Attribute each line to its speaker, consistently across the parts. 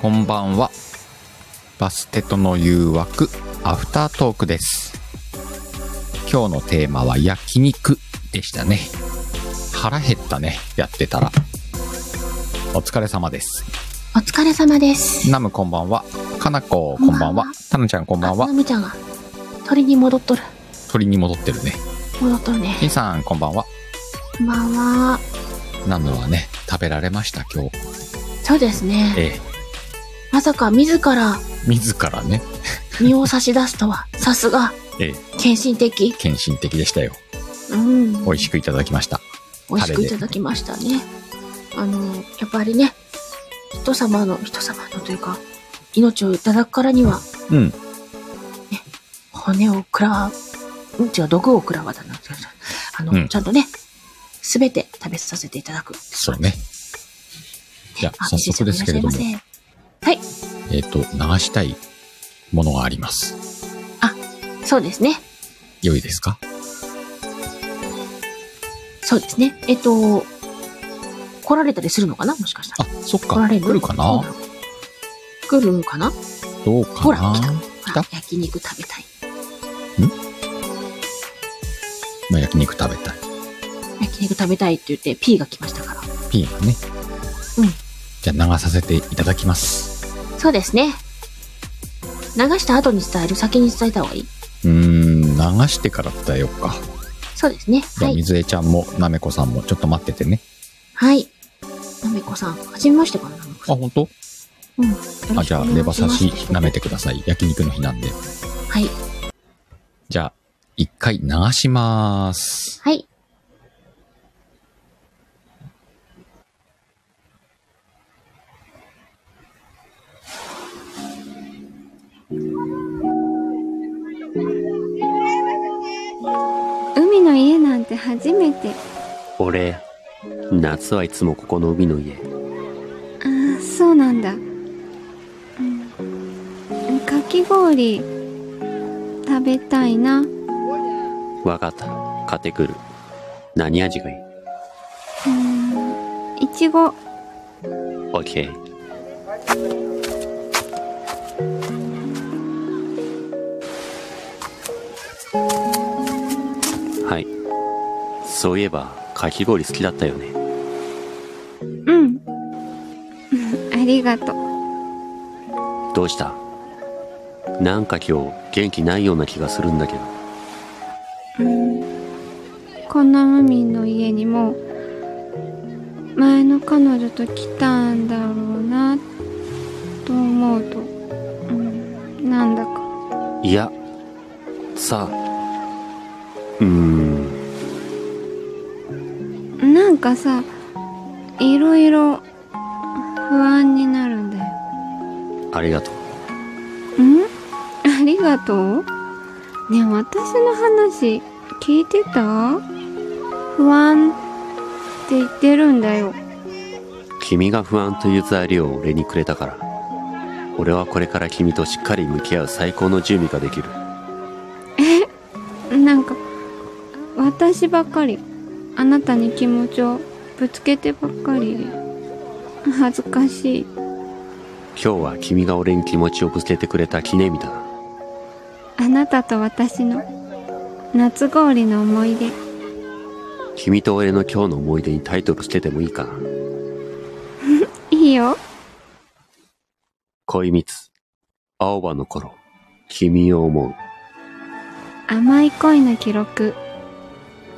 Speaker 1: こんばんはバステとの誘惑アフタートークです今日のテーマは焼肉でしたね腹減ったねやってたらお疲れ様です
Speaker 2: お疲れ様です。
Speaker 1: ナムこんばんはかなここんばんは
Speaker 2: こんばんは
Speaker 1: タナちゃんこんばん
Speaker 2: あ
Speaker 1: は
Speaker 2: のみちゃんが鳥に戻っとる。
Speaker 1: 鳥に戻ってるね
Speaker 2: 戻っとるね。
Speaker 1: インさんこんばんは
Speaker 2: こんばんは。
Speaker 1: ナムはね食べられました今日
Speaker 2: そうですね。
Speaker 1: ええ
Speaker 2: まさか自ら
Speaker 1: 自らね
Speaker 2: 身を差し出すとは、さすが、
Speaker 1: ええ
Speaker 2: 献身的。
Speaker 1: 献身的でしたよ
Speaker 2: うん。美
Speaker 1: 美味しくいただきました
Speaker 2: 美味しくい
Speaker 1: タレで
Speaker 2: ただきましたね。あの、やっぱりね、人様の、人様のというか、命をいただくからには、
Speaker 1: うん
Speaker 2: 骨を食らわ、うん、違う、毒を食らわだな。違う違うあの、
Speaker 1: うん
Speaker 2: ちゃんとね、すべて食べさせていただく。
Speaker 1: そうねじゃあ
Speaker 2: あ
Speaker 1: 早速ですけれども
Speaker 2: いらっしゃいませ
Speaker 1: えっ、と、流したいものがあります。
Speaker 2: そうですね。
Speaker 1: 良いですか
Speaker 2: そうですね。えっと、来られたりするのかなもしかしたら。
Speaker 1: あ、そっ
Speaker 2: 来
Speaker 1: か。
Speaker 2: られ
Speaker 1: 来
Speaker 2: る
Speaker 1: るか
Speaker 2: どう
Speaker 1: な
Speaker 2: ろう来るかな
Speaker 1: どうか
Speaker 2: ほら
Speaker 1: な
Speaker 2: 来た
Speaker 1: 来
Speaker 2: ほ
Speaker 1: た
Speaker 2: ら焼肉食べたい。
Speaker 1: まあ、焼肉食べたい。
Speaker 2: 焼肉食べたいって言って P が来ましたから。
Speaker 1: ピーがね。
Speaker 2: うん
Speaker 1: じゃあ流させていただきます。
Speaker 2: そうですね。流した後に伝える先に伝えた方がいいう
Speaker 1: ーん、流してから伝えようか。
Speaker 2: そうですね。
Speaker 1: じゃ
Speaker 2: は
Speaker 1: あ、
Speaker 2: い。
Speaker 1: 水江ちゃんも、なめこさんも、ちょっと待っててね。
Speaker 2: はい。なめこさん、はじめましてかななめこ
Speaker 1: あ、
Speaker 2: さん。
Speaker 1: ほんと
Speaker 2: うん。よろ
Speaker 1: あ、
Speaker 2: しく
Speaker 1: じゃあ、
Speaker 2: お願い
Speaker 1: レバ刺し
Speaker 2: ま、す
Speaker 1: 舐めてください。焼肉の日なんで。
Speaker 2: はい。
Speaker 1: じゃあ、一回流しまーす。
Speaker 2: はい。
Speaker 3: 海の家なんて初めて
Speaker 4: 俺夏はいつもここの海の家
Speaker 3: ああそうなんだ、うん、かき氷食べたいなうん
Speaker 4: わかった買ってくる何味がいい
Speaker 3: いちご
Speaker 4: ?OK はいそういえばかき氷好きだったよね
Speaker 3: うん うんありがとう
Speaker 4: どうしたなんか今日元気ないような気がするんだけど
Speaker 3: この海の家にも前の彼女と来たんだろうなと思うと、うん、なんだか
Speaker 4: いやさあうーん
Speaker 3: なんかさいろいろ不安になるんだよ
Speaker 4: ありがとう
Speaker 3: うんありがとうねえ私の話聞いてた不安って言ってるんだよ
Speaker 4: 君が不安という材料を俺にくれたから俺はこれから君としっかり向き合う最高の準備ができる
Speaker 3: なんか私ばっかりあなたに気持ちをぶつけてばっかりで恥ずかしい
Speaker 4: 今日は君が俺に気持ちをぶつけてくれた記念日だな
Speaker 3: あなたと私の夏氷の思い出
Speaker 4: 君と俺の今日の思い出にタイトルつけてもいいかない
Speaker 3: いよ
Speaker 4: 恋蜜青葉の頃君を思う
Speaker 3: 甘い恋の記録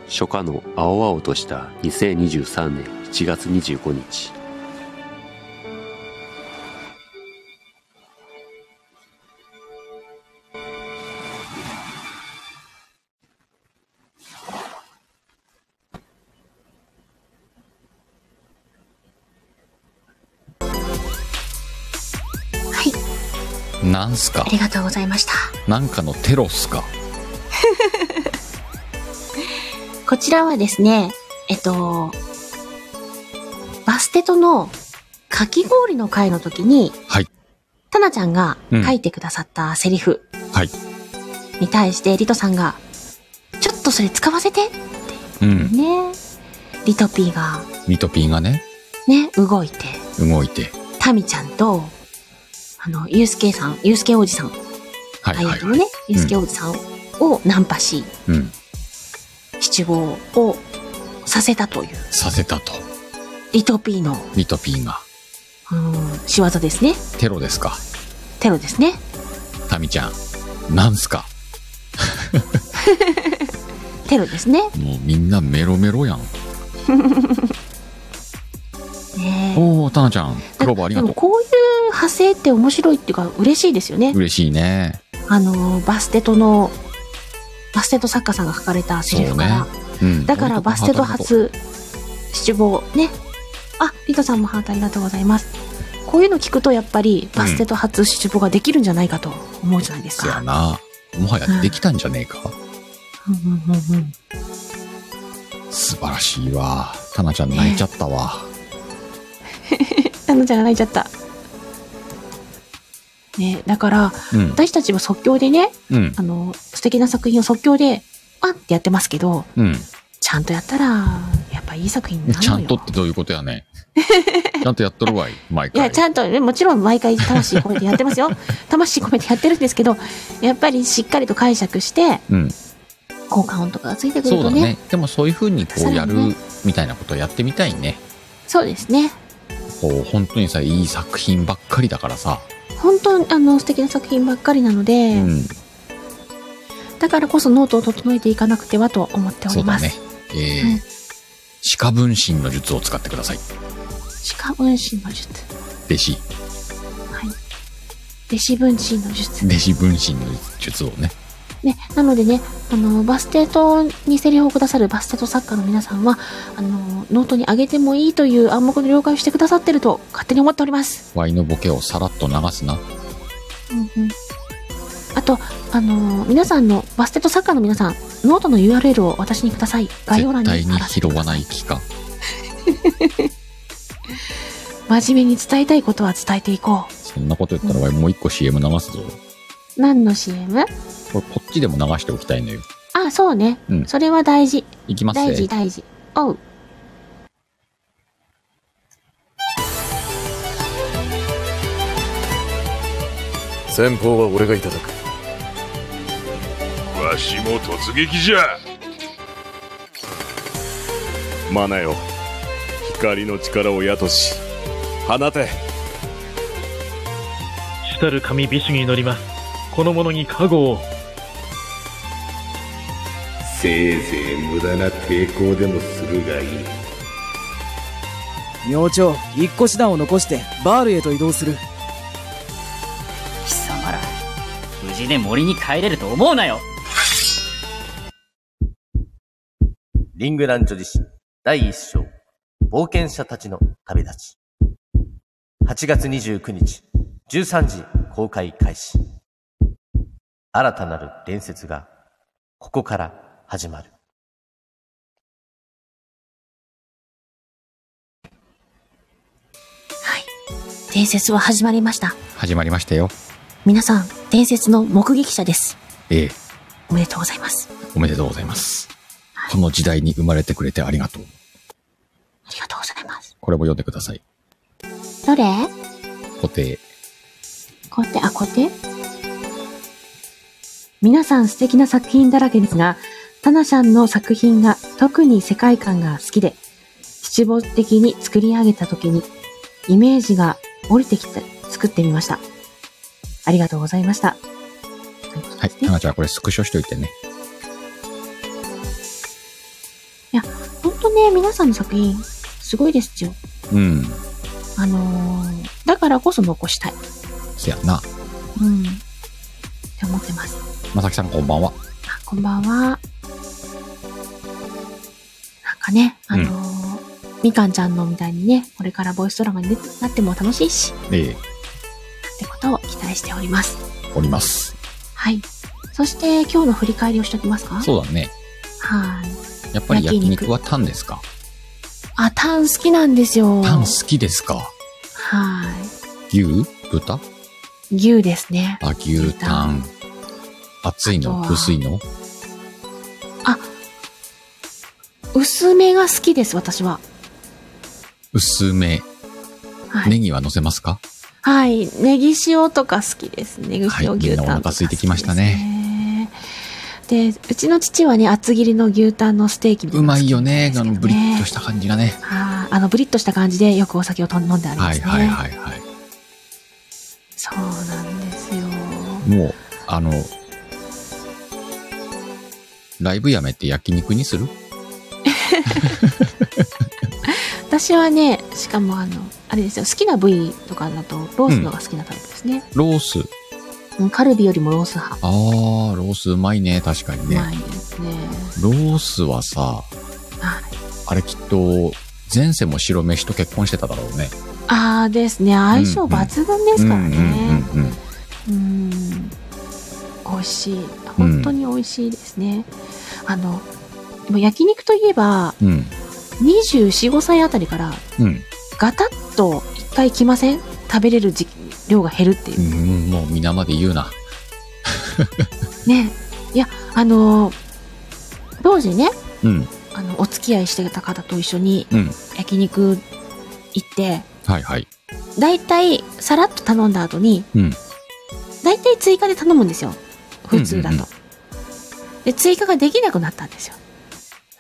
Speaker 4: 初夏の青々とした2023年7月25日
Speaker 2: はい。
Speaker 1: なんすか
Speaker 2: ありがとうございました。
Speaker 1: なんかのテロっすか
Speaker 2: こちらはですね、えっと、バステとのかき氷の会の時に、
Speaker 1: はい
Speaker 2: タナちゃんが
Speaker 1: うん
Speaker 2: 書いてくださったセリフ、
Speaker 1: はい
Speaker 2: に対してリトさんが、ちょっとそれ使わせて
Speaker 1: うん。
Speaker 2: ね。リトピーが
Speaker 1: ミトピーがね、
Speaker 2: ね、動いて、
Speaker 1: 動いて。
Speaker 2: タミちゃんとあの、ゆうすけさん、ゆうすけ王子さん、
Speaker 1: はい
Speaker 2: あ
Speaker 1: は
Speaker 2: や
Speaker 1: い
Speaker 2: と
Speaker 1: は
Speaker 2: の
Speaker 1: い。
Speaker 2: ね、ゆうすけ王子さんをナンパし、
Speaker 1: うん。
Speaker 2: 七五をさせたという、
Speaker 1: させたと。
Speaker 2: リトピーの、
Speaker 1: リトピーが。
Speaker 2: うん、仕業ですね。
Speaker 1: テロですか。
Speaker 2: テロですね。
Speaker 1: タミちゃん。なんすか。
Speaker 2: テロですね。
Speaker 1: もうみんなメロメロやん。
Speaker 2: ね
Speaker 1: おお、タナちゃん。クローバーあり
Speaker 2: で
Speaker 1: が
Speaker 2: も
Speaker 1: と
Speaker 2: こういう派生って面白いっていうか嬉しいですよね
Speaker 1: う。。嬉しいね。
Speaker 2: あの、バステトの、バステト作家さんが書かれたセリフから。
Speaker 1: そうん。
Speaker 2: だからバステト初七望ね。あ、リトさんもハートありがとうございます。こういうの聞くとやっぱりバステト初七望ができるんじゃないかと思うじゃないです
Speaker 1: そ
Speaker 2: か。
Speaker 1: やな。もはやできたんじゃねえか。
Speaker 2: うんうんうんうん
Speaker 1: 素晴らしいわ。タナちゃん泣いちゃったわ。
Speaker 2: あのちゃんが泣いちゃった。ね、だから
Speaker 1: うん。
Speaker 2: 私たちも即興でね、
Speaker 1: うん。
Speaker 2: あの、素敵な作品を即興で、ワンってやってますけど、
Speaker 1: うん。
Speaker 2: ちゃんとやったら、やっぱいい作品になるの
Speaker 1: ち
Speaker 2: よ。
Speaker 1: ゃんとってどういうことやね。ちゃんとやっとる わい、毎
Speaker 2: い
Speaker 1: 回。
Speaker 2: や、ちゃんと、ねもちろん毎回魂込めてやってま すよ。魂込めてやってるんですけど、やっぱりしっかりと解釈して、
Speaker 1: うん。
Speaker 2: 効果音とかがついてくる
Speaker 1: そう
Speaker 2: と
Speaker 1: だ
Speaker 2: ね。そう
Speaker 1: ね。でもそういう風にこうや
Speaker 2: さらに
Speaker 1: る
Speaker 2: ね
Speaker 1: みたいなことをやってみたいね。
Speaker 2: ですね。
Speaker 1: こう、本当にさ、いい作品ばっかりだからさ。
Speaker 2: 本当にあの素敵な作品ばっかりなので、
Speaker 1: うん。
Speaker 2: だからこそノートを整えていかなくてはと思ってお
Speaker 1: そ
Speaker 2: り
Speaker 1: うだ
Speaker 2: ます。
Speaker 1: ね。え
Speaker 2: う
Speaker 1: ー
Speaker 2: ん、
Speaker 1: 鹿分身の術を使ってください。
Speaker 2: 鹿分身の術。
Speaker 1: 弟子、
Speaker 2: はい。弟子分身の術。
Speaker 1: 弟子分身の術をね。
Speaker 2: ね、なのでね、あの、バステトにセリフをくださるバステト作家の皆さんは、あの、ノートにあげてもいいという暗黙の了解をしてくださってると勝手に思っております。
Speaker 1: ワイのボケをさらっと流すな。
Speaker 2: うんうん。あと、あの、皆さんの、バステト作家の皆さん、ノートの URL を私にください。概要欄
Speaker 1: 絶
Speaker 2: に
Speaker 1: 対に
Speaker 2: 貼らせて
Speaker 1: 拾
Speaker 2: くだ
Speaker 1: わ
Speaker 2: さ。
Speaker 1: ないい気か。
Speaker 2: 真面目に伝えたいことは伝えていこ
Speaker 1: そんなこと言ったらワイもう一個 CM 流すぞ。
Speaker 2: う。何の CM?
Speaker 1: これこっちでも流しておきたいのよ。
Speaker 2: あ、そうね。
Speaker 1: うん
Speaker 2: それは大事。
Speaker 1: いきます
Speaker 2: 大事、
Speaker 1: ね。
Speaker 2: 大事。おう。
Speaker 5: 先方は俺がいただく
Speaker 6: わしも突撃じゃ
Speaker 5: マナよ光の力を宿し放て
Speaker 7: 主たる神美酒に乗りますこの者に加護を
Speaker 8: せいぜい無駄な抵抗でもするがいい
Speaker 9: 明朝一個師団を残してバールへと移動する
Speaker 10: 貴様ら無事で森に帰れると思うなよ
Speaker 11: リングラン女子第1章、冒険者たちの旅立ち。8月29日、13時公開開始。新たなる伝説が、ここから始まる。
Speaker 2: はい。伝説は始まりました。
Speaker 1: 始まりましたよ。
Speaker 2: 皆さん、伝説の目撃者です。
Speaker 1: ええ。
Speaker 2: おめでとうございます。
Speaker 1: おめでとうございます。この時代に生まれてくれてありがとう。
Speaker 2: ありがとうございます。
Speaker 1: これも読んでください。
Speaker 2: どれ
Speaker 1: 固定。
Speaker 2: こうやって、あ、こうやって。皆さん素敵な作品だらけですが、タナちゃんの作品が特に世界観が好きで、七望的に作り上げた時に、イメージが降りてきて作ってみました。ありがとうございました。ということ
Speaker 1: はい。
Speaker 2: ですね
Speaker 1: タナちゃん、これスクショしといてね。
Speaker 2: ほんとね、皆さんの作品、すごいですよ。
Speaker 1: うん。
Speaker 2: あのーだからこそ残したい。
Speaker 1: せやな。
Speaker 2: うん。って思ってます。
Speaker 1: まさきさん、こんばんは。
Speaker 2: あこんばんは。なんかね、あのーみかんちゃんのみたいにね、これからボイスドラマに出なっても楽しいし、
Speaker 1: ええ、
Speaker 2: ってことを期待しております。
Speaker 1: おります。
Speaker 2: はい。そして、今日の振り返りをしときますか
Speaker 1: そうだね。
Speaker 2: はい。
Speaker 1: やっぱり
Speaker 2: 焼
Speaker 1: 焼
Speaker 2: 肉
Speaker 1: 肉はタンですか
Speaker 2: あ、タン好きなんですよ。
Speaker 1: タン好きですか
Speaker 2: は
Speaker 1: 牛豚
Speaker 2: い。牛ですね。
Speaker 1: あ、牛タン。熱い
Speaker 2: あ
Speaker 1: の
Speaker 2: とは
Speaker 1: 薄いの
Speaker 2: 薄めが好きです、私は。
Speaker 1: 薄め。
Speaker 2: はい。
Speaker 1: ネギは乗せますか
Speaker 2: あはい。ネギ塩とか好きです。ネギ
Speaker 1: はい、
Speaker 2: 塩
Speaker 1: みん
Speaker 2: 牛
Speaker 1: なお
Speaker 2: タン
Speaker 1: 腹
Speaker 2: とか。
Speaker 1: 空いてきましたね。
Speaker 2: で、うちの父はね、厚切りの牛タンのステーキみた
Speaker 1: う
Speaker 2: いな
Speaker 1: ま
Speaker 2: の
Speaker 1: い
Speaker 2: 好き
Speaker 1: よね、あの、ブリッとした感じがね。
Speaker 2: あーあの、ブリッとした感じでよくお酒をとん飲んでありま
Speaker 1: はい
Speaker 2: すね。
Speaker 1: はいはいはい。
Speaker 2: そうなんですよ。
Speaker 1: もう、あの、ライブやめて焼肉にする
Speaker 2: 私はね、しかもあの、あれですよ、好きな部位とかだと、ロースのが好きなタイプですね。
Speaker 1: ロース。
Speaker 2: うんカルビよりもロース派。
Speaker 1: あー、ロースうまいね、確かに
Speaker 2: う
Speaker 1: ね。
Speaker 2: まいですね。
Speaker 1: ロースはさ、
Speaker 2: はい。
Speaker 1: あれきっと、前世も白飯と結婚してただろうね。
Speaker 2: ああですね、相性抜群ですからね。
Speaker 1: うんうんうんうん。
Speaker 2: うん美味しい本当に美味しいですね、あのでも焼肉といえば
Speaker 1: うん。
Speaker 2: 2 4 5歳あたりから
Speaker 1: うん。
Speaker 2: ガタッと一回来ません食べれる時量が減るっていうう、
Speaker 1: ん、もう皆まで言うな。
Speaker 2: ねいやあの当時ね
Speaker 1: うん。
Speaker 2: あのお付き合いしてた方と一緒に
Speaker 1: うん。
Speaker 2: 焼肉行って
Speaker 1: はいはい。
Speaker 2: だいたいさらっと頼んだ後に
Speaker 1: うん。
Speaker 2: だいたい追加で頼むんですよ普通だと、
Speaker 1: うんうん
Speaker 2: で追加ができなくなったんですよ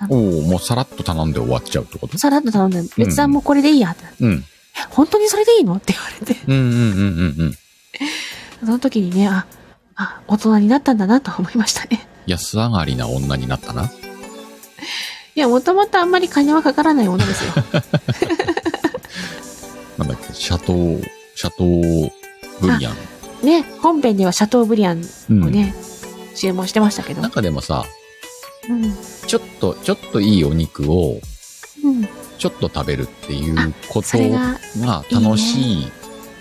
Speaker 1: おおもうさらっと頼んで終わっちゃうってこと
Speaker 2: さらっと頼んで別段もうこれでいいやってなって
Speaker 1: うん。
Speaker 2: 本当にそれでいいのって言われて、
Speaker 1: うんうんうんうんうん。
Speaker 2: その時にね、あ、あ、大人になったんだなと思いましたね。
Speaker 1: 安上がりな女になったな。
Speaker 2: いや、もともとあんまり金はかからないものです よ。
Speaker 1: なんだっけ、シャトー、シャトーブリアン。
Speaker 2: ね、本編ではシャトーブリア
Speaker 1: う
Speaker 2: ンを
Speaker 1: ん。
Speaker 2: ね、注文してましたけど
Speaker 1: なん。かでもさ、
Speaker 2: うん。
Speaker 1: ちょっと、ちょっといいお肉を、
Speaker 2: うん。
Speaker 1: ちょっと食べるっていうこ
Speaker 2: そ
Speaker 1: と
Speaker 2: れが、
Speaker 1: が楽しい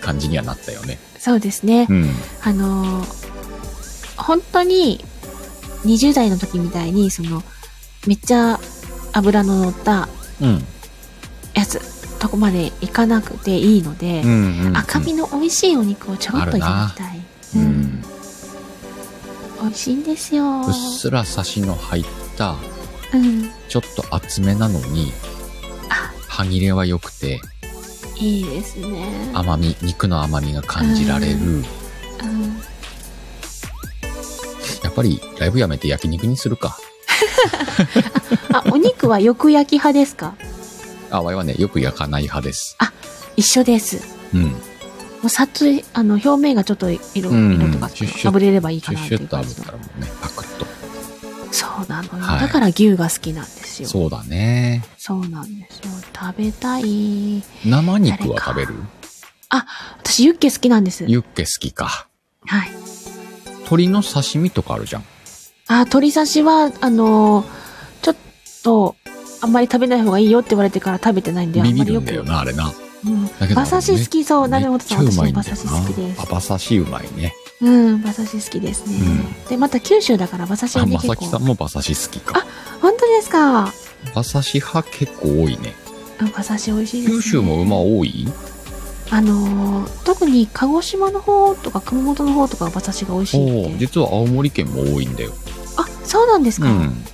Speaker 1: 感じにはなったよね。
Speaker 2: そうですね。
Speaker 1: うん。
Speaker 2: あのー、本当に、20代の時みたいに、その、めっちゃ油の乗った
Speaker 1: うん。
Speaker 2: やつ、とこまでいかなくていいので、
Speaker 1: うんうんうん。
Speaker 2: 赤身の美味しいお肉をちょろっといただきたい。
Speaker 1: う
Speaker 2: うん
Speaker 1: ん。
Speaker 2: 美味しいんですよ。
Speaker 1: うっすらサシの入った、
Speaker 2: うん。
Speaker 1: ちょっと厚めなのに、
Speaker 2: あ
Speaker 1: 歯切れは良くて、
Speaker 2: いいですね。
Speaker 1: 甘み、肉の甘みが感じられる。
Speaker 2: うん
Speaker 1: やっぱりライブやめて焼肉にするか。
Speaker 2: あ、お肉はよく焼き派ですか
Speaker 1: あ、わいはね、よく焼かない派です。
Speaker 2: 一緒です。
Speaker 1: うん。
Speaker 2: もうさっと、あの、表面がちょっと色、色
Speaker 1: うんうん
Speaker 2: とか、
Speaker 1: シュッシュッ
Speaker 2: 炙れればいい
Speaker 1: シ
Speaker 2: か
Speaker 1: ュ
Speaker 2: なっ
Speaker 1: ッ
Speaker 2: て
Speaker 1: シュ
Speaker 2: い
Speaker 1: ッ
Speaker 2: う
Speaker 1: と
Speaker 2: 感
Speaker 1: 炙
Speaker 2: じ
Speaker 1: っ
Speaker 2: の
Speaker 1: た。らもうね、パクッと。
Speaker 2: そうなのよ、
Speaker 1: はい
Speaker 2: だから牛が好きなんですよ。
Speaker 1: そうだね。
Speaker 2: そうなんですよ。食べたい。
Speaker 1: 生肉は食べる
Speaker 2: 私、ユッケ好きなんです。
Speaker 1: ユッケ好きか。
Speaker 2: はい。
Speaker 1: 鶏の刺身とかあるじゃん。
Speaker 2: あ、鶏刺しは、あのーちょっと、あんまり食べない方がいいよって言われてから食べてないんで、あ
Speaker 1: ビ
Speaker 2: んま
Speaker 1: ビる
Speaker 2: りよ
Speaker 1: ん
Speaker 2: く。
Speaker 1: だよな、あれな。
Speaker 2: うん。
Speaker 1: だけど
Speaker 2: 馬刺し好きそう。鍋本さん、
Speaker 1: めっ
Speaker 2: 私
Speaker 1: ちゃうま
Speaker 2: も
Speaker 1: いんだ
Speaker 2: 馬
Speaker 1: よな
Speaker 2: 刺し好きです
Speaker 1: あ、。馬刺しうまいね。
Speaker 2: うん、馬刺し好きですね。
Speaker 1: う
Speaker 2: で、また九州だから馬刺しは
Speaker 1: あ、
Speaker 2: ね、
Speaker 1: ま
Speaker 2: 結
Speaker 1: さきさ
Speaker 2: 構
Speaker 1: ん。も馬刺し好きか。
Speaker 2: 本当ですか。
Speaker 1: 馬刺し派結構多いね。
Speaker 2: うん馬刺し美味しいです、ね。
Speaker 1: 九州も馬多い
Speaker 2: あのー特に鹿児島の方とか熊本の方とかは馬刺しが美味し
Speaker 1: お
Speaker 2: い
Speaker 1: ー
Speaker 2: って。
Speaker 1: 実は青森県も多いんだよ。
Speaker 2: あ、そうなんです
Speaker 1: う
Speaker 2: か。
Speaker 1: ん。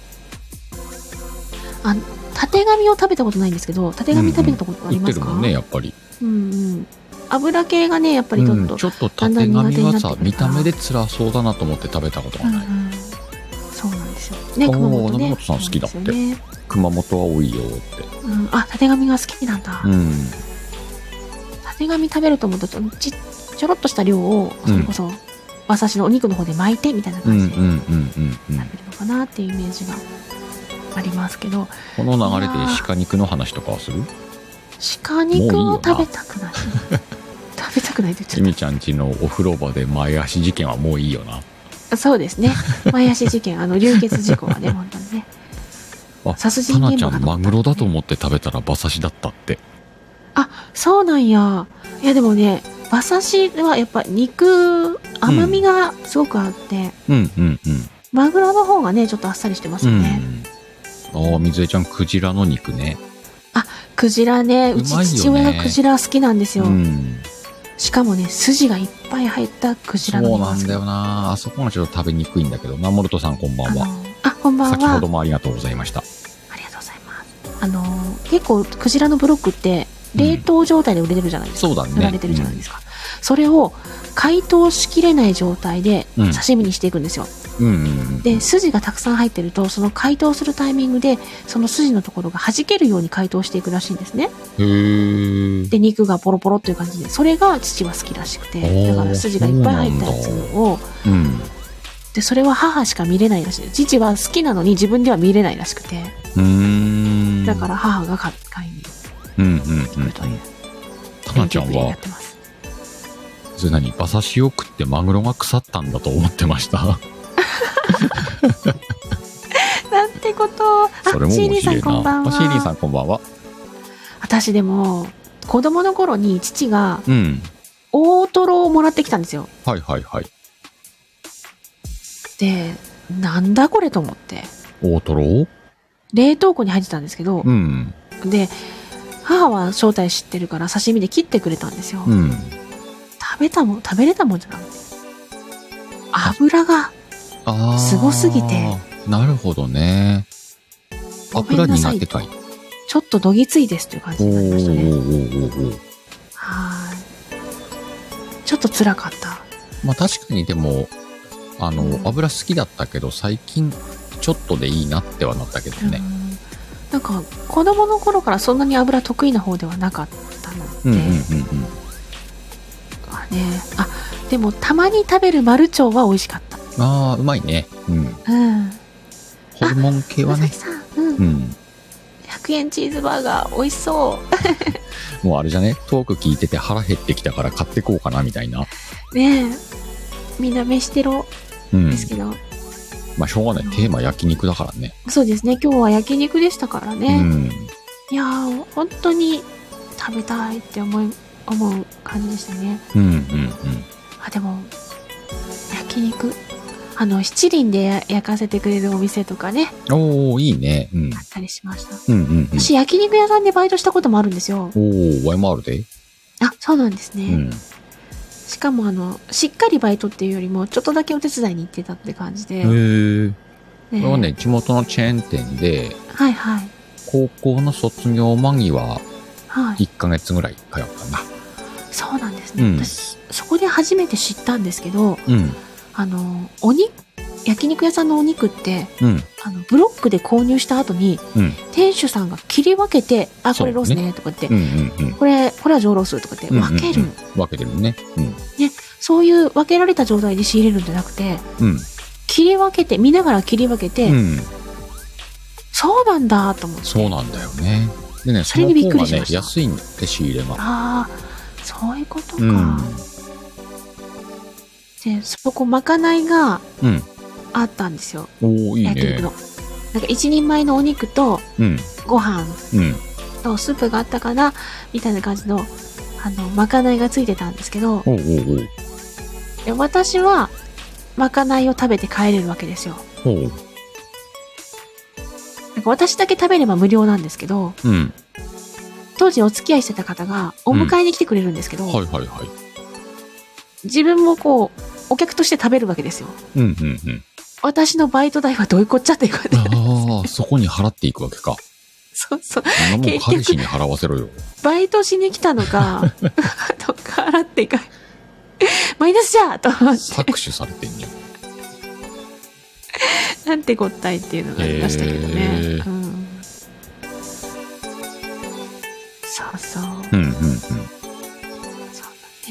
Speaker 2: たてがみを食べたことないんですけど、たてがみ食べたことあり
Speaker 1: 売っ
Speaker 2: ま
Speaker 1: て
Speaker 2: す
Speaker 1: る
Speaker 2: か。
Speaker 1: もんね、やっぱり。
Speaker 2: うんうん。油系がね、やっぱりちょっ
Speaker 1: う
Speaker 2: と
Speaker 1: ん、。ちょっと
Speaker 2: だん
Speaker 1: 縦
Speaker 2: だん苦手
Speaker 1: 紙
Speaker 2: にな
Speaker 1: は
Speaker 2: ってくる
Speaker 1: さ
Speaker 2: から
Speaker 1: 見た目で辛そうだなと思って食べたこと
Speaker 2: う
Speaker 1: が
Speaker 2: んう
Speaker 1: ない、
Speaker 2: んそうなんですよ。ね、
Speaker 1: おー
Speaker 2: 熊本ね。
Speaker 1: 鍋本さん好きだって
Speaker 2: そうなんですよね
Speaker 1: 熊本は多いよって
Speaker 2: うん、あ、たてがみが好きなんだ。
Speaker 1: うん
Speaker 2: たてがみ食べると思うとちょちちょろっとした量を
Speaker 1: うん
Speaker 2: それこそ馬刺しのお肉の方で巻いてみたいな
Speaker 1: うん
Speaker 2: 感
Speaker 1: うん
Speaker 2: じで食
Speaker 1: うんうんうん
Speaker 2: べるのかなっていうイメージがありますけど
Speaker 1: この流れで鹿肉の話とかはする
Speaker 2: 鹿
Speaker 1: もうい
Speaker 2: 肉を
Speaker 1: いよな
Speaker 2: 食べたく ない食べたくないって
Speaker 1: ち
Speaker 2: 言っ
Speaker 1: み
Speaker 2: ち
Speaker 1: ちゃんちのお風呂場で前足事件はもういいよな
Speaker 2: ゃったそうですね前足事件あの流血事 故はね本当にね
Speaker 1: あ
Speaker 2: 殺
Speaker 1: タ
Speaker 2: 人
Speaker 1: ナ
Speaker 2: 現
Speaker 1: ちゃ
Speaker 2: 場
Speaker 1: ん
Speaker 2: と思
Speaker 1: マ
Speaker 2: った
Speaker 1: グロだと思って食べたら馬刺しだったって
Speaker 2: そうなんやいやでもね馬刺しはやっぱ肉甘みがすごくあって、
Speaker 1: うんうんうん
Speaker 2: マグロの方がねちょっとあっさりしてます
Speaker 1: う
Speaker 2: よ
Speaker 1: ん
Speaker 2: ね、
Speaker 1: ああ水江ちゃんクジラの肉ね
Speaker 2: クジラねう
Speaker 1: う
Speaker 2: ち
Speaker 1: まいよね
Speaker 2: 父親がクジラ好きなんですよ、
Speaker 1: うん
Speaker 2: しかもね、筋がいっぱい入ったクジ
Speaker 1: そ
Speaker 2: ラの
Speaker 1: う
Speaker 2: 煮
Speaker 1: な
Speaker 2: ます
Speaker 1: んだよなあそこがちょっと食べにくいんだけどなモルトさんこんば
Speaker 2: あ
Speaker 1: んは
Speaker 2: のあ、こんばん
Speaker 1: 先
Speaker 2: は。あ
Speaker 1: ほど
Speaker 2: り
Speaker 1: もありがとうございました
Speaker 2: がとうございます。あのー、結構クジラのブロックって冷凍状態で売れてるじゃないですか。
Speaker 1: そうだね
Speaker 2: 売られてるじゃないですか。それを解凍しきれない状態で
Speaker 1: うん
Speaker 2: 刺身にしていくんですよ、
Speaker 1: うんうん
Speaker 2: で筋がたくさん入ってるとその解凍するタイミングでその筋のところが弾けるように解凍していくらしいんですね
Speaker 1: うん。へえ。
Speaker 2: で肉がポロポロという感じでそれが父は好きらしくて
Speaker 1: おー
Speaker 2: だから筋がいっぱい入ったやつを
Speaker 1: うん。
Speaker 2: でそれは母しか見れないらしい父は好きなのに自分では見れないらしくて
Speaker 1: うーん。
Speaker 2: だから母が買買いに
Speaker 1: うんうんうん
Speaker 2: 行くという
Speaker 1: タナちゃん
Speaker 2: 連携プレイや
Speaker 1: は
Speaker 2: っ、てます
Speaker 1: それ何馬刺しを食ってマグロが腐ったんだと思ってました。
Speaker 2: なんてことあ
Speaker 1: それも面
Speaker 2: シ
Speaker 1: 白
Speaker 2: ーリーさん
Speaker 1: い
Speaker 2: こんばん
Speaker 1: な。
Speaker 2: は
Speaker 1: あシーリーさんこんばんは。
Speaker 2: 私でも子供の頃に父が
Speaker 1: うん。
Speaker 2: 大トロをもらってきたんですよ
Speaker 1: はいはいはい。
Speaker 2: でなんだこれと思って
Speaker 1: 大トロ
Speaker 2: 冷凍庫に入ってたんですけど
Speaker 1: う、ん。
Speaker 2: で母は正体知ってるから刺身で切ってくれたんですよ、
Speaker 1: うん。
Speaker 2: 食べたもん食べれたもんじゃなくて油が
Speaker 1: ああ。
Speaker 2: すごすぎて。
Speaker 1: なるほどね。
Speaker 2: ごめ
Speaker 1: 油
Speaker 2: んなさい
Speaker 1: 苦手かい。
Speaker 2: ちょっとどぎついですという感じ
Speaker 1: おー
Speaker 2: になりましたね
Speaker 1: おーおーおーおー
Speaker 2: はーいちょっと辛かった
Speaker 1: まあ確かにでも、あの、油好きだったけど、最近、ちょっとでいいなってはなったけどね。
Speaker 2: うんなんか子供の頃からそんなに油得意な方ではなかったので、
Speaker 1: うんうんうんうん。
Speaker 2: あねあでもたまに食べる丸腸は美味しかった
Speaker 1: ああ、うまいね。うん。
Speaker 2: うん
Speaker 1: ホルモン系は
Speaker 2: まさ
Speaker 1: ね
Speaker 2: き。さん、うん
Speaker 1: うん。
Speaker 2: 100円チーズバーガー美味しそ
Speaker 1: もうあれじゃね、トーク聞いてて腹減ってきたから買ってこうかな、みたいな。
Speaker 2: うねえみんな飯テロ
Speaker 1: うん
Speaker 2: で。すけど、
Speaker 1: まあ、しょうがない。テーマ焼肉だからね。
Speaker 2: そうですね今日は焼肉でしたから
Speaker 1: う
Speaker 2: ね、
Speaker 1: ん。
Speaker 2: いやー本当に食べたいって思い思う感じでしたね
Speaker 1: うんうんうん。
Speaker 2: あでも焼肉あの七輪で焼かせてくれるお店とかね
Speaker 1: おー、いいね。うん
Speaker 2: あ。ったりしました
Speaker 1: うんうんうん。
Speaker 2: 私焼肉屋さんでバイトしたこともあるんですよ
Speaker 1: おー、YMR で
Speaker 2: あそうなんです
Speaker 1: う
Speaker 2: ね、
Speaker 1: ん。
Speaker 2: しかもあのしっかりバイトっていうよりもちょっとだけお手伝いに行ってたって感じで、
Speaker 1: へー。
Speaker 2: ね
Speaker 1: これはね、地元のチェーン店で、
Speaker 2: はいはい
Speaker 1: 高校の卒業間際、
Speaker 2: はい
Speaker 1: 1ヶ月ぐらい通ったんだ。
Speaker 2: そうなんですね、
Speaker 1: うん
Speaker 2: 私そこで初めて知ったんですけ
Speaker 1: う
Speaker 2: ど
Speaker 1: ん。
Speaker 2: あのお肉焼肉屋さんのお肉って
Speaker 1: うん。
Speaker 2: あのブロックで購入した後に、
Speaker 1: うん
Speaker 2: 店主さんが切り分けて「あ
Speaker 1: そ
Speaker 2: こ
Speaker 1: う
Speaker 2: れ
Speaker 1: ね
Speaker 2: ロースね」とか言って、
Speaker 1: うんうんうん。
Speaker 2: これこれは上ロースとか言って
Speaker 1: うんうんうん
Speaker 2: 分ける、
Speaker 1: 分けてるね。
Speaker 2: そういう分けられた状態で仕入れるんじゃなくて
Speaker 1: うん。うん。
Speaker 2: 切り分けて見ながら切り分けて、
Speaker 1: うん。
Speaker 2: そうなんだと思って
Speaker 1: そうなんだよね。でね、
Speaker 2: そ
Speaker 1: そ
Speaker 2: れ
Speaker 1: の
Speaker 2: にびっく
Speaker 1: 方が
Speaker 2: りし
Speaker 1: ね
Speaker 2: ま、した
Speaker 1: 安いんだって仕入れが。
Speaker 2: ああそういうこと
Speaker 1: う
Speaker 2: か、
Speaker 1: ん。
Speaker 2: でそこまかないが
Speaker 1: うん。
Speaker 2: あったんですよ
Speaker 1: おおいい
Speaker 2: 焼肉
Speaker 1: ね
Speaker 2: の。なんか一人前のお肉と
Speaker 1: うん。
Speaker 2: ご飯
Speaker 1: うん。
Speaker 2: とスープがあったかなみたいな感じのあのまかないがついてたんですけど、
Speaker 1: おうおう
Speaker 2: で私はまかないを食べて帰れるわけですよ
Speaker 1: おう。おう。
Speaker 2: なんか私だけ食べれば無料なんですけど
Speaker 1: うん。
Speaker 2: 当時お付き合いしてた方がお迎えに来てくれるんですけど、
Speaker 1: はいはいはい。
Speaker 2: 自分もこうお客として食べるわけですよ
Speaker 1: うんうんうん。
Speaker 2: 私のバイト代はどういうこっちゃっていう感じ で
Speaker 1: ああ、そこに払っていくわけ か。
Speaker 2: そうそう
Speaker 1: そんなもん
Speaker 2: 結局
Speaker 1: 彼氏に払わせろよ。
Speaker 2: バイトしに来た のかあの払っていかマイナスじゃと思って
Speaker 1: 搾取されてんじゃん。
Speaker 2: なんてこったいっていうのがありましたけどね、
Speaker 1: へー
Speaker 2: うん、そうそう
Speaker 1: うんうんうん。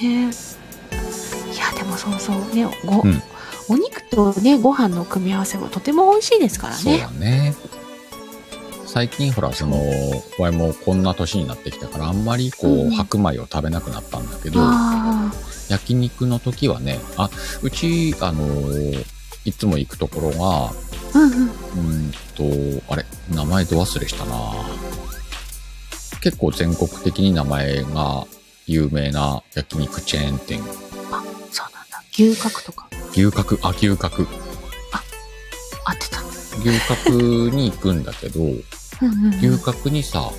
Speaker 2: ねいやでもそうそうねご、
Speaker 1: うん
Speaker 2: お肉とねご飯の組み合わせもとても美味しいですから
Speaker 1: そう
Speaker 2: ね
Speaker 1: だね。最近ほら、その、わいもこんな年になってきたから、あんまりこう、
Speaker 2: うん
Speaker 1: 白米を食べなくなったんだけど、
Speaker 2: あ
Speaker 1: 焼肉の時はね、あ、うち、あのーいつも行くところが、
Speaker 2: あうんうん
Speaker 1: うーんと、あれ、名前ど忘れしたな結構全国的に名前が有名な焼肉チェーン店。
Speaker 2: そうなんだ牛角とか
Speaker 1: 牛角、あ、牛角。
Speaker 2: 合ってた
Speaker 1: 牛角に行くんだけど、
Speaker 2: うんうん、う
Speaker 1: 牛
Speaker 2: ん、
Speaker 1: 角にさ、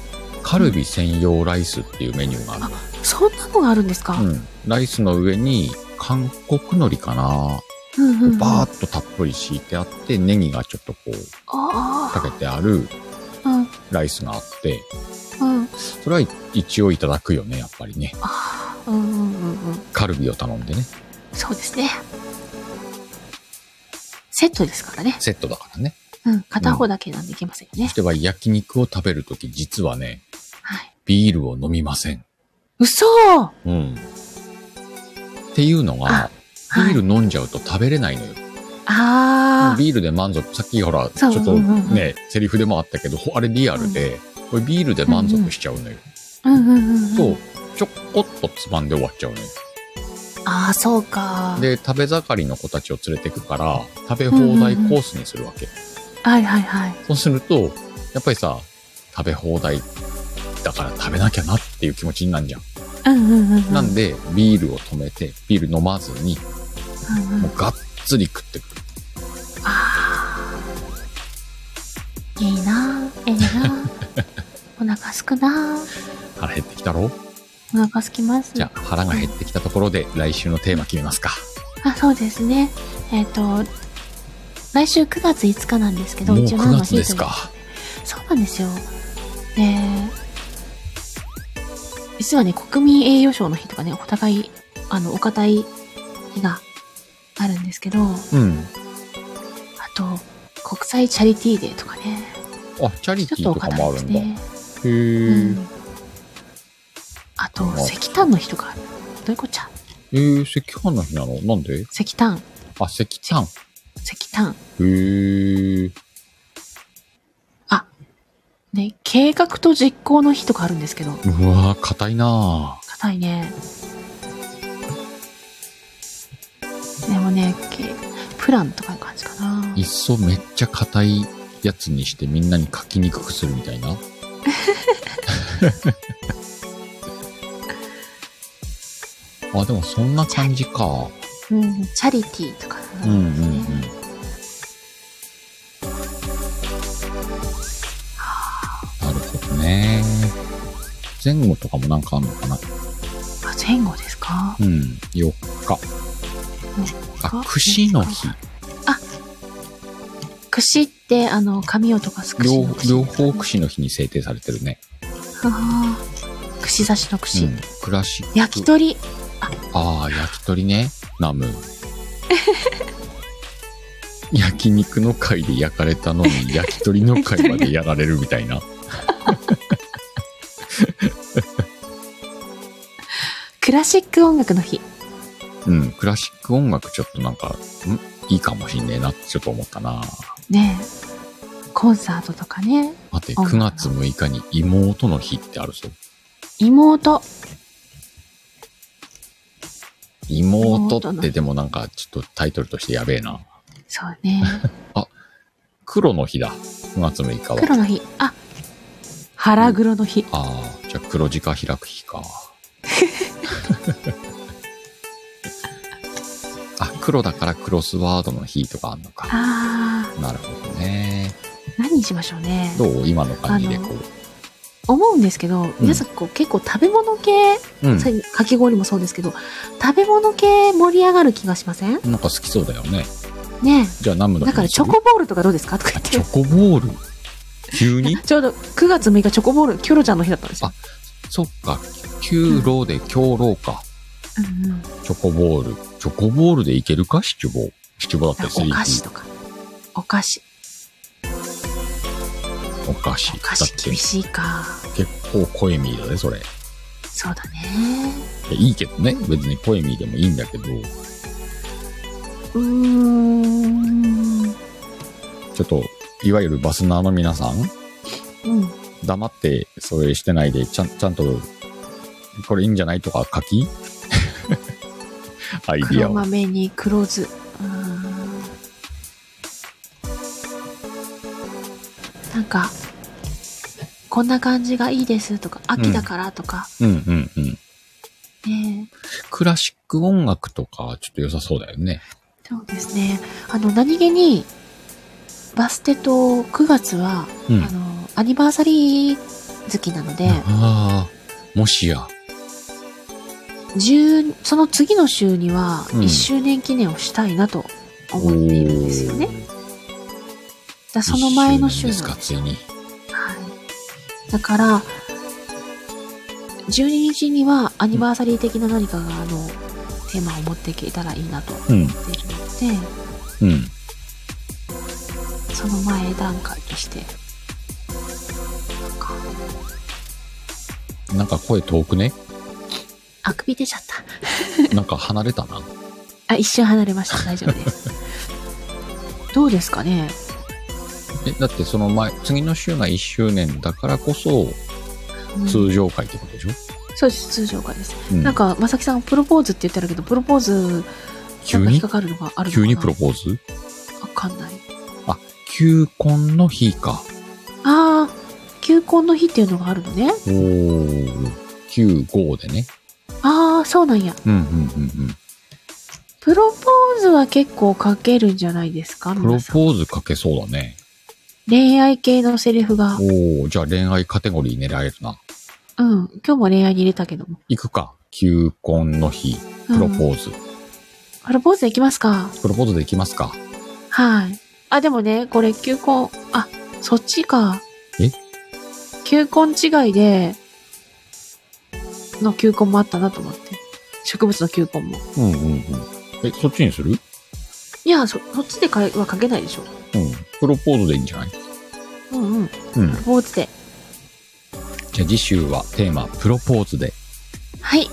Speaker 1: カルビ専用ライスっていうメニューがある
Speaker 2: そんなのがあるんですか、
Speaker 1: の。うん。ライスの上に韓国海苔かな、
Speaker 2: うんうんうん、
Speaker 1: バー
Speaker 2: あ
Speaker 1: ッとたっぷり敷いてあって、ネギがちょっとこう、
Speaker 2: あ
Speaker 1: かけてある
Speaker 2: うん
Speaker 1: ライスがあって、
Speaker 2: うん
Speaker 1: それは一応いただくよね、やっぱりね。
Speaker 2: ああうんうんうんうん
Speaker 1: カルビを頼んでね
Speaker 2: そうですね。セットですからね。
Speaker 1: セットだからね
Speaker 2: うん。片方だけなんでいけませんよね
Speaker 1: そし。ては焼肉を食べるとき実はね
Speaker 2: はい。
Speaker 1: ビールを飲みません
Speaker 2: 嘘
Speaker 1: うんっていうの
Speaker 2: あ
Speaker 1: が
Speaker 2: はい
Speaker 1: ビール飲んじゃうと食べれないのよ、
Speaker 2: あー。
Speaker 1: ビールで満足さっきほらち
Speaker 2: そ
Speaker 1: ょ
Speaker 2: う
Speaker 1: っと
Speaker 2: うんうんうん
Speaker 1: ねセリフでもあったけどほあれリアルで、これビールで満足しちゃうのよ、
Speaker 2: うんうんうん。
Speaker 1: と。ちょこっとつまんで終わっちゃうのよ
Speaker 2: あー、そうか。
Speaker 1: で食べ盛りの子たちを連れてくから食べ放題コースにするわけ、
Speaker 2: はいはいはい。
Speaker 1: そうするとやっぱりさ食べ放題だから食べなきゃなっていう気持ちになるじゃん、
Speaker 2: うんうんうんうん。
Speaker 1: なんでビールを止めてビール飲まずに
Speaker 2: うんうん
Speaker 1: もうがっつり食ってくる
Speaker 2: いいなぁ、ええなぁ。 お腹すくなぁ。
Speaker 1: 腹減ってきたろ
Speaker 2: お腹すきます。
Speaker 1: じゃあ腹が減ってきたところで来週のテーマ決めますか
Speaker 2: あ、そうですね。えっ、と、来週9月5日なんですけど、
Speaker 1: もう
Speaker 2: 一応何
Speaker 1: 9
Speaker 2: の
Speaker 1: 月
Speaker 2: 日
Speaker 1: ですか
Speaker 2: そうなんですよ。えー、実はね、国民栄誉賞の日とかね、お互い、あの、お堅い日があるんですけど、あ
Speaker 1: うん
Speaker 2: と、国際チャリティーデーとかね、
Speaker 1: あチャリ
Speaker 2: ち
Speaker 1: テ
Speaker 2: ょ
Speaker 1: ィー
Speaker 2: っとお
Speaker 1: とか
Speaker 2: 堅
Speaker 1: も
Speaker 2: い
Speaker 1: ある
Speaker 2: です
Speaker 1: んだ
Speaker 2: ね。
Speaker 1: へえ、
Speaker 2: うん。あと、
Speaker 1: うん
Speaker 2: 石炭の日とかある。どういうこっちゃ
Speaker 1: えー、石炭の日なのなんで
Speaker 2: 石炭、
Speaker 1: あ石炭
Speaker 2: 石炭。
Speaker 1: へー
Speaker 2: ね、計画と実行の日とかあるんですけど、
Speaker 1: うわー硬いなぁ
Speaker 2: 硬いね。でもね、けプランとかいう感じかな。
Speaker 1: いっそめっちゃ硬いやつにしてみんなに書きにくくするみたい なあでもそんな感じか
Speaker 2: うん、チャリティーとか
Speaker 1: う
Speaker 2: だ
Speaker 1: ん
Speaker 2: な
Speaker 1: うんうんなるほどね前後とかもなんかあんのかな
Speaker 2: あ前後ですか
Speaker 1: うん4日あ串の日
Speaker 2: 串って、あの、髪をとかす串
Speaker 1: 両
Speaker 2: の串。
Speaker 1: 両方串の日に制定されてるね、
Speaker 2: あー串刺しの
Speaker 1: う
Speaker 2: 串。
Speaker 1: ん、クラシック
Speaker 2: 焼き鳥。
Speaker 1: ああ、焼き鳥ね。ナム。 焼肉の会で焼かれたのに、焼き鳥の会までやられるみたいな。
Speaker 2: クラシック音楽の日。
Speaker 1: うん、クラシック音楽ちょっとなんか、んいいかもしんねえなってちょっと思ったな。
Speaker 2: ねえ。コンサートとかね。
Speaker 1: 待って、
Speaker 2: あ
Speaker 1: 9月6日に妹の日ってあるぞ。
Speaker 2: 妹。
Speaker 1: 妹
Speaker 2: 妹
Speaker 1: っ
Speaker 2: の
Speaker 1: て
Speaker 2: 日
Speaker 1: でもなんかちょっとタイトルとしてやべえな。
Speaker 2: そう ね。
Speaker 1: 黒の日だ。9月6日
Speaker 2: 黒
Speaker 1: は。
Speaker 2: の日。あ、腹黒の日。
Speaker 1: ああ、じゃあ黒字化開く日 か。あ、黒だからクロスワードの日とかあんのか。
Speaker 2: あ
Speaker 1: なるほどね。
Speaker 2: ー、何にしましょうね。
Speaker 1: どう今の感じで
Speaker 2: あの
Speaker 1: こ
Speaker 2: 思うんですけど、皆さんこう結構食べ物系、
Speaker 1: う。うん。
Speaker 2: さっきかき氷もそうですけど、食べ物系盛り上がる気がしません
Speaker 1: なんか好きそうだよね。
Speaker 2: ね
Speaker 1: じゃあナム
Speaker 2: え。
Speaker 1: の
Speaker 2: だ
Speaker 1: 日
Speaker 2: から
Speaker 1: にす
Speaker 2: チョ
Speaker 1: る
Speaker 2: コボールとかどうですかとか言
Speaker 1: あ
Speaker 2: っ
Speaker 1: チ
Speaker 2: て
Speaker 1: ョ。コボール急 に
Speaker 2: ちょうど9月6日チョコボール、キョロちゃんの日だったんですよ。
Speaker 1: そっか。九郎で強郎か。
Speaker 2: うんうん。
Speaker 1: チョコボール。チョコボールでいけるか七五。七五だった
Speaker 2: なん
Speaker 1: り
Speaker 2: か
Speaker 1: す
Speaker 2: お
Speaker 1: る
Speaker 2: 菓子とか。お菓子。
Speaker 1: お菓子。
Speaker 2: お菓子厳
Speaker 1: だ
Speaker 2: しいか。
Speaker 1: って結構濃いミーだね、それ。
Speaker 2: そうだね。
Speaker 1: いやいいけどね。別に濃いミーでもいいんだけど。
Speaker 2: うーん。
Speaker 1: ちょっと、いわゆるバスナーの皆さん、
Speaker 2: うん。
Speaker 1: 黙ってそれしてないで、ちゃん、ちゃんと、これいいんじゃないとか書き アイディア
Speaker 2: 黒
Speaker 1: を。
Speaker 2: 豆に黒酢。うーん。なんか、こんな感じがいいですとか、秋だからとか、
Speaker 1: うんうんうん。
Speaker 2: ねえ
Speaker 1: クラシック音楽とか、ちょっと良さそうだよね。
Speaker 2: そうですね。あの、何気に、バステと9月は、
Speaker 1: うん
Speaker 2: あ。の、アニバーサリー好きなので、
Speaker 1: ああ、もしや。
Speaker 2: 10その次の週には、
Speaker 1: うん
Speaker 2: 1周年記念をしたいなと思っているんですよね。だからその前の週
Speaker 1: 一周年
Speaker 2: な
Speaker 1: で
Speaker 2: んです
Speaker 1: か、つ
Speaker 2: す
Speaker 1: いに。
Speaker 2: はい。だから、12日にはアニバーサリー的な何かが、あの、テーマを持っていけたらいいなと思っ
Speaker 1: う
Speaker 2: ている
Speaker 1: ん
Speaker 2: ので、
Speaker 1: うん
Speaker 2: その前段階としてなんか
Speaker 1: なんか声遠く ね
Speaker 2: あくび出ちゃった
Speaker 1: なんか離れたな
Speaker 2: あ一瞬離れました大丈夫です どうですかね
Speaker 1: えだってその前次の週が1周年だからこそ
Speaker 2: うん
Speaker 1: 通常回ってことでしょ、
Speaker 2: そうです通常回です、
Speaker 1: うん
Speaker 2: なんかまさきさんプロポーズって言ってるけどプロポーズ
Speaker 1: 急
Speaker 2: なんか
Speaker 1: に
Speaker 2: 引っかかるのがあるのか
Speaker 1: 急
Speaker 2: な
Speaker 1: にプロポーズ
Speaker 2: わかんない
Speaker 1: 求婚の日か
Speaker 2: ああ求婚の日っていうのがあるのね
Speaker 1: おー95でね
Speaker 2: ああそうなんや
Speaker 1: うんうんうん
Speaker 2: プロポーズは結構書けるんじゃないですか
Speaker 1: うんプロ
Speaker 2: 皆さん
Speaker 1: ポーズかけそうだね
Speaker 2: 恋愛系のセリフが
Speaker 1: おおじゃあ恋愛カテゴリー狙えるな
Speaker 2: うん今日も恋愛に入れたけども、
Speaker 1: 行くか求婚の日
Speaker 2: う
Speaker 1: プ
Speaker 2: ん
Speaker 1: ロポーズ、
Speaker 2: プロポーズいきますか
Speaker 1: プロポーズできますか
Speaker 2: はいあでもねこれ求婚あそっちか
Speaker 1: え
Speaker 2: 求婚違いでの求婚もあったなと思って植物の求婚も
Speaker 1: うんうんうんえそっちにする
Speaker 2: いやそそっちでかいは書けないでしょ
Speaker 1: うんプロポーズでいいんじゃない
Speaker 2: うんうんプ
Speaker 1: うん
Speaker 2: ロポーズで
Speaker 1: じゃあ次週はテーマプロポーズで
Speaker 2: はい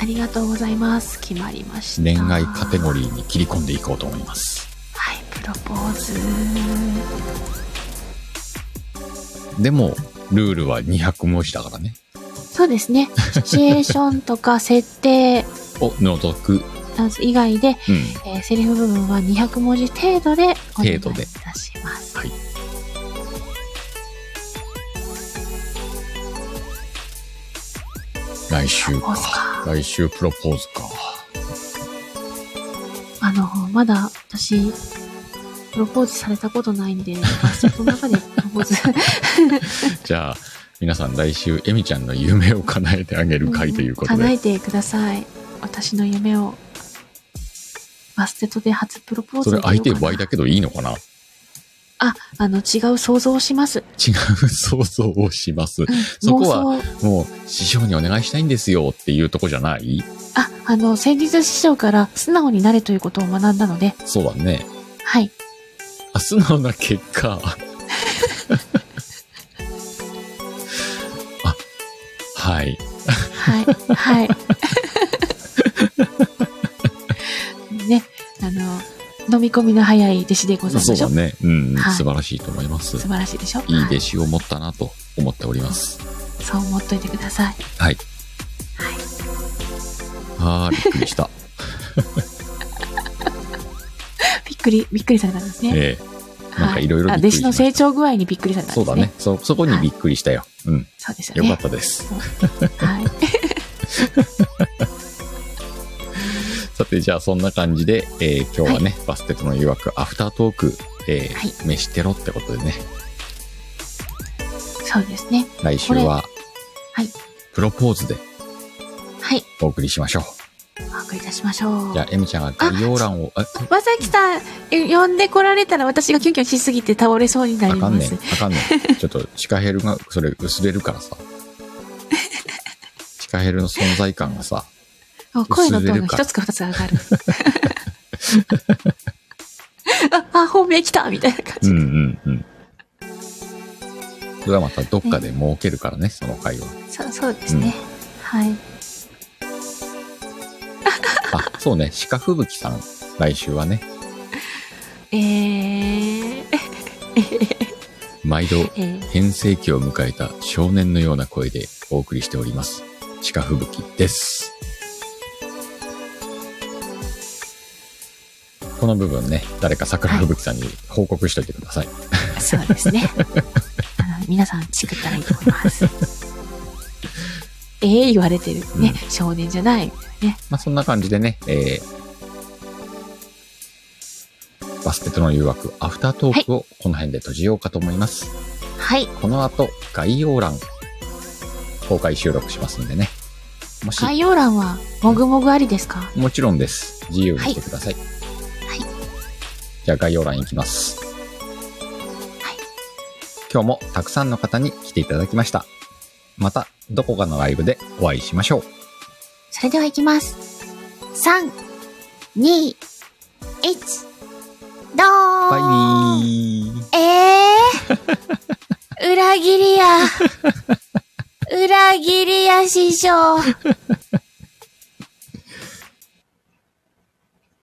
Speaker 2: ありがとうございます決まりました
Speaker 1: 恋愛カテゴリーに切り込んでいこうと思います
Speaker 2: はいプロポーズ
Speaker 1: でもルールは200文字だからね
Speaker 2: そうですねシチュエーション とか設定
Speaker 1: を除く、
Speaker 2: ダンス以外で、
Speaker 1: うん、
Speaker 2: えーセリフ部分は200文字程度でお願いい
Speaker 1: 程度で
Speaker 2: たします
Speaker 1: はい来週
Speaker 2: プロポーズ
Speaker 1: か
Speaker 2: か
Speaker 1: 来週プロポーズか
Speaker 2: あのまだ私プロポーズされたことないんで私その中でプロポーズ
Speaker 1: じゃあ皆さん来週エミちゃんの夢を叶えてあげる回ということ
Speaker 2: 叶え
Speaker 1: で
Speaker 2: てください私の夢をバステトで初プロポーズ
Speaker 1: それ相手倍
Speaker 2: だ
Speaker 1: だけどいいのかな
Speaker 2: ああの違う想像をします、
Speaker 1: 違う想像をします
Speaker 2: うん
Speaker 1: そこ
Speaker 2: 妄
Speaker 1: は
Speaker 2: 想
Speaker 1: もう師匠にお願いしたいんですよっていうとこじゃない
Speaker 2: ああの先日師匠から素直になれということを学んだので
Speaker 1: そうだね
Speaker 2: はい
Speaker 1: あ素直な結果 あはい
Speaker 2: はい、はい。 ね、あの、飲み込みの早い弟子でございまし
Speaker 1: そう
Speaker 2: ょ
Speaker 1: だねうん、
Speaker 2: はい
Speaker 1: 素晴らしいと思います
Speaker 2: 素晴らしいでしょ
Speaker 1: いい弟
Speaker 2: す。
Speaker 1: 子を持ったなと思っております
Speaker 2: はいそう思っといてください。
Speaker 1: はいあーびっくりした
Speaker 2: びっくり、びっくりされたんです ね。
Speaker 1: ええなんかいろいろ
Speaker 2: はあ
Speaker 1: びっ
Speaker 2: 弟
Speaker 1: くりし
Speaker 2: 子
Speaker 1: ま
Speaker 2: の
Speaker 1: した
Speaker 2: 成長具合にびっくりされたん
Speaker 1: そ
Speaker 2: で
Speaker 1: うだ
Speaker 2: す
Speaker 1: ね
Speaker 2: ね。
Speaker 1: そそこにびっくりしたよ、うん
Speaker 2: そうです
Speaker 1: よ
Speaker 2: よね。
Speaker 1: かったです、
Speaker 2: はい。
Speaker 1: さてじゃあそんな感じで、えー今日はね、バステとの誘惑アフタートーク、えー
Speaker 2: はい
Speaker 1: 飯テロってことでね
Speaker 2: そうですね。
Speaker 1: 来週は
Speaker 2: はい
Speaker 1: プロポーズで
Speaker 2: はい。
Speaker 1: お送りしましょう、
Speaker 2: お送りいたしましょう
Speaker 1: じゃ。あエミちゃんが概要欄をあ
Speaker 2: まさきさん、え呼んでこられたら私がキュンキュンしすぎて倒れそうにな
Speaker 1: あ
Speaker 2: り
Speaker 1: かん
Speaker 2: ま
Speaker 1: ねん
Speaker 2: す。
Speaker 1: あかんねんちょっとシカヘルがそれ薄れるから さシカヘルの存在感がさ
Speaker 2: もう声のト
Speaker 1: 薄
Speaker 2: ー
Speaker 1: れる
Speaker 2: ンが
Speaker 1: から
Speaker 2: 一つか二つ上がる。 あ、あ、本命来たみたいな感
Speaker 1: う
Speaker 2: じ。
Speaker 1: んうんうんそれはまたどっかで儲けるからねその会話
Speaker 2: そうそうですね。はい。
Speaker 1: あそうねシカ吹雪さん来週はね
Speaker 2: えー、
Speaker 1: 毎度
Speaker 2: えー、
Speaker 1: 変成期を迎えた少年のような声でお送りしております。地下吹雪です。この部分ね、誰か桜吹雪さんに報告しといてください。
Speaker 2: そうです ね。あの皆さん、チクったらいいと思います。えー、言われてる。ね、少年じゃない。
Speaker 1: まあそんな感じでね、えーバスケットの誘惑、アフタートークをこの辺で閉じようかと思います。
Speaker 2: はい。
Speaker 1: この後、概要欄、公開収録しますんでね。もし、
Speaker 2: 概要欄は、もぐもぐありですか
Speaker 1: もちろんです。自由にしてください。
Speaker 2: はいは
Speaker 1: じゃあ概要欄いきます。今日もたくさんの方に来ていただきました。また、どこかのライブでお会いしましょう。
Speaker 2: それでは行きます。 3、2、1、どー
Speaker 1: バイビー。
Speaker 2: えー、裏切りや。裏切りや師匠。